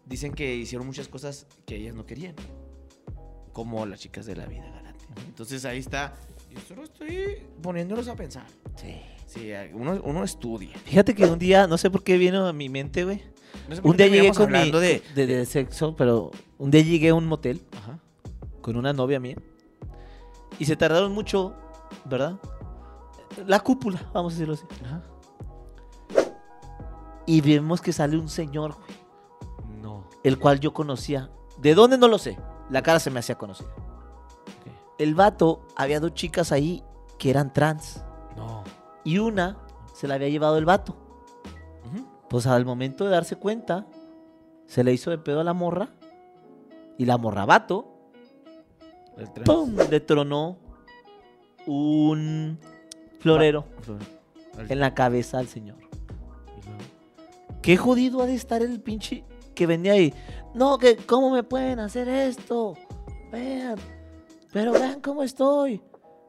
C: dicen que hicieron muchas cosas que ellas no querían. Como las chicas de la vida galante. Entonces ahí está. Yo solo estoy poniéndolos a pensar.
A: Sí.
C: Sí, uno, uno estudia.
A: Fíjate que un día, no sé por qué vino a mi mente, güey.
C: No sé por
A: Un
C: qué
A: día llegué
C: terminamos
A: con mi...
C: hablando de...
A: de- de sexo, pero un día llegué a un motel
C: Ajá.
A: con una novia mía. Y se tardaron mucho, ¿verdad? La cúpula, vamos a decirlo así.
C: Ajá.
A: Y vemos que sale un señor, güey,
C: No.
A: el cual yo conocía. ¿De dónde? No lo sé. La cara se me hacía conocida. El vato, había dos chicas ahí que eran trans.
C: No.
A: Y una se la había llevado el vato.
C: Ujú.
A: Pues al momento de darse cuenta, se le hizo de pedo a la morra. Y la morra vato
C: El tren.
A: ¡pum! le tronó un florero en la cabeza al señor. Qué jodido ha de estar el pinche que venía ahí. No, que cómo me pueden hacer esto. Vean. Pero vean cómo estoy.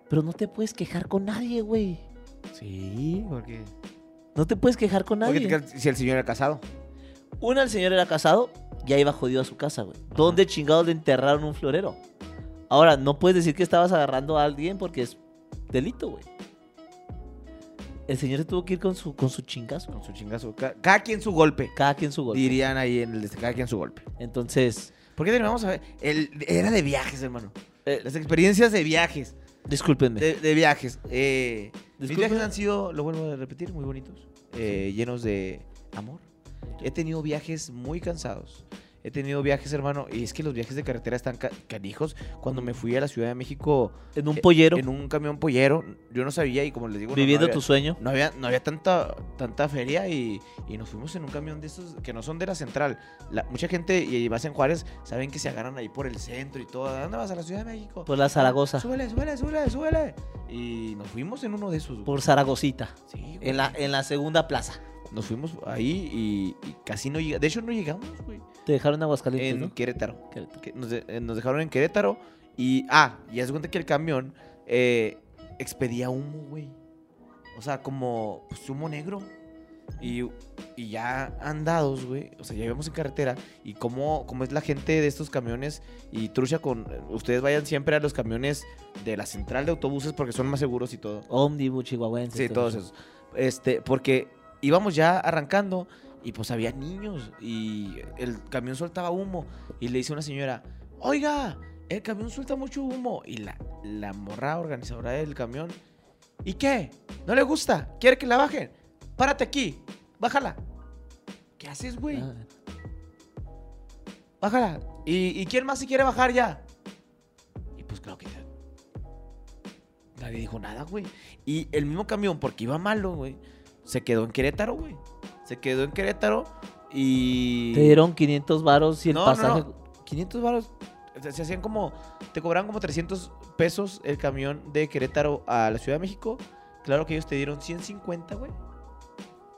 A: Pero no te puedes quejar con nadie, güey.
C: Sí, porque...
A: No te puedes quejar con nadie.
C: Porque te- si el señor era casado.
A: Una, el señor era casado, ya iba jodido a su casa, güey. ¿Dónde chingados le enterraron un florero? Ahora, no puedes decir que estabas agarrando a alguien porque es delito, güey. El señor se tuvo que ir con su, con su chingazo.
C: Con su chingazo. Ca- Cada quien su golpe.
A: Cada quien su golpe.
C: Dirían ahí en el este, cada quien su golpe.
A: Entonces,
C: ¿Por qué terminamos a ver? El, era de viajes, hermano.
A: Eh.
C: Las experiencias de viajes.
A: discúlpenme.
C: De, de viajes. Eh, mis
A: Disculpe.
C: viajes han sido, lo vuelvo a repetir, muy bonitos. eh, Llenos de amor. He tenido viajes muy cansados. he tenido viajes, hermano, y es que los viajes de carretera están ca- canijos. Cuando me fui a la Ciudad de México
A: En un
C: eh,
A: pollero,
C: en un camión pollero, yo no sabía y como les digo, no- no
A: viviendo
C: había-
A: tu sueño.
C: no había, no había tanta, tanta feria y, y nos fuimos en un camión de esos que no son de la central. La- mucha gente, y vas en Juárez, saben que se agarran ahí por el centro y todo. ¿A dónde vas? A la Ciudad de México.
A: Por la Pues, Zaragoza.
C: Súbele, súbele, súbele, súbele. Y nos fuimos en uno de esos. güey.
A: Por Zaragocita.
C: Sí, güey.
A: En la, en la segunda plaza.
C: Nos fuimos ahí y, y casi no llegamos. De hecho, no llegamos, güey.
A: Te dejaron en Aguascalientes,
C: En
A: ¿no?
C: Querétaro.
A: Querétaro.
C: que nos, de- eh, nos dejaron en Querétaro y ah, y haz cuenta que el camión eh, expedía humo, güey. O sea, como pues, humo negro. Y, y ya andados, güey. O sea, ya íbamos en carretera. Y como, como es la gente de estos camiones. Y trucha con. eh, Ustedes vayan siempre a los camiones de la central de autobuses porque son más seguros y todo.
A: Omnibus, Chihuahuense.
C: Sí, todos esos. Este, porque íbamos ya arrancando y pues había niños y el camión soltaba humo y le dice una señora, oiga, el camión suelta mucho humo y la, la morra organizadora del camión, ¿y qué? ¿No le gusta? ¿Quiere que la bajen? Párate aquí, bájala. ¿Qué haces, güey?
A: Ah,
C: Bájala. ¿Y, y quién más se quiere bajar ya? Y pues creo que ya- nadie dijo nada, güey. Y el mismo camión, porque iba malo, güey, se quedó en Querétaro, güey. Se quedó en Querétaro y...
A: Te dieron 500 varos y el
C: No, no, no.
A: pasaje.
C: 500 baros. Se, se hacían como... Te cobraban como 300 pesos el camión de Querétaro a la Ciudad de México. Claro que ellos te dieron 150, güey.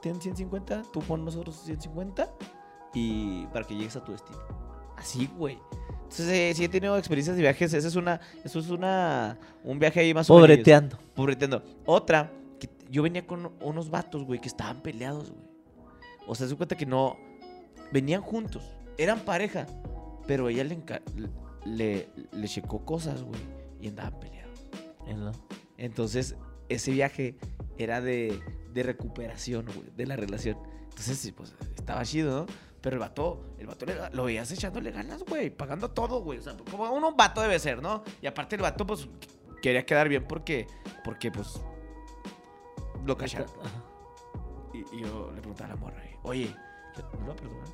C: Tienen 150, tú pon nosotros 150 y para que llegues a tu destino. Así, güey. Entonces, eh, sí he tenido experiencias de viajes. Esa es una, eso es una, un viaje ahí más o menos.
A: Pobreteando.
C: Pobreteando. Otra, que yo venía con unos vatos, güey, que estaban peleados, güey. O sea, se cuenta que no. Venían juntos, eran pareja, pero ella le, enca- le, le checó cosas, güey, y andaban peleados.
A: En la-
C: Entonces, ese viaje era de, de recuperación, güey, de la relación. Entonces, sí, pues, estaba chido, ¿no? Pero el vato, el vato le- lo veías echándole ganas, güey, pagando todo, güey. O sea, como uno vato debe ser, ¿no? Y aparte el vato, pues, quería quedar bien porque, porque pues, lo cacharon.
A: Ajá.
C: Y, y yo le preguntaba a la morra, eh, oye, yo no lo voy a perdonar.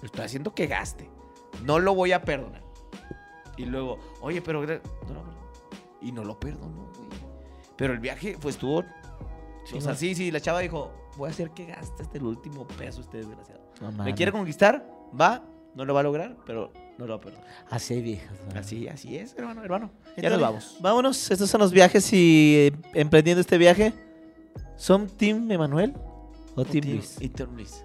C: Lo estoy haciendo que gaste. No lo voy a perdonar. Y luego, oye, pero... gra- No lo perdono. Y no lo perdonó, güey. Pero el viaje, pues, estuvo... o sea, sí, sí, la chava dijo, voy a hacer que gaste hasta el último peso este desgraciado.
A: No
C: Me
A: mames.
C: quiere conquistar, va, no lo va a lograr, pero no lo va a perdonar.
A: Así hay viejas. ¿no?
C: Así, así es, hermano, hermano. Ya
A: Entonces,
C: nos vamos.
A: Vámonos. Estos son los viajes y eh, emprendiendo este viaje. ¿Son Team Emanuel o Team Luis?
C: Y Team Luis.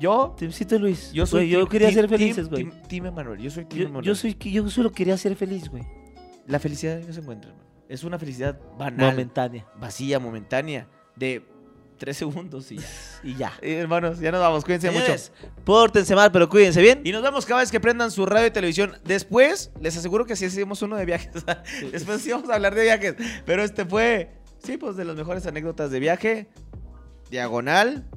C: Yo...
A: Teamcito Luis.
C: Yo soy
A: Güey, yo
C: team-
A: quería
C: team-
A: ser felices,
C: team-
A: güey.
C: Team, team Emanuel, yo soy Team
A: Yo,
C: Emanuel.
A: yo soy, yo solo quería ser feliz, güey.
C: La felicidad ahí no se encuentra, hermano. Es una felicidad banal,
A: Momentánea.
C: vacía, momentánea, de tres segundos y ya.
A: Y ya.
C: Eh, hermanos, ya nos vamos, cuídense
A: Señores, pórtense mal, pero cuídense bien.
C: mucho. Y nos vemos cada vez que prendan su radio y televisión. Después, les aseguro que sí hicimos uno de viajes. Después sí vamos a hablar de viajes. Pero este fue, sí, pues de las mejores anécdotas de viaje. Diagonal.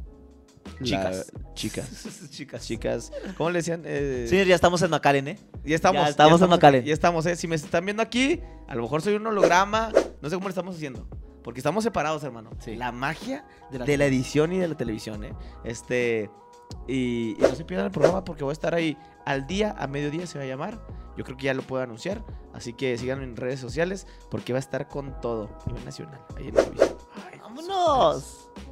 C: la-
A: Chicas.
C: chicas.
A: chicas.
C: Chicas. ¿Cómo le decían? Eh,
A: Señores, ya estamos en Macaren, ¿eh?
C: Ya estamos.
A: Ya estamos en
C: aquí,
A: Macalén.
C: Ya estamos, ¿eh? Si me están viendo aquí, a lo mejor soy un holograma. No sé cómo lo estamos haciendo. Porque estamos separados, hermano.
A: Sí.
C: La magia
A: De
C: de
A: la
C: la, edición y de la televisión, ¿eh? Este. Y, y no se pierdan el programa porque voy a estar ahí al día, a mediodía se va a llamar. Yo creo que ya lo puedo anunciar. Así que síganme en redes sociales porque va a estar con todo. Nivel nacional. Ahí en la televisión. Ay,
A: ¡Vámonos!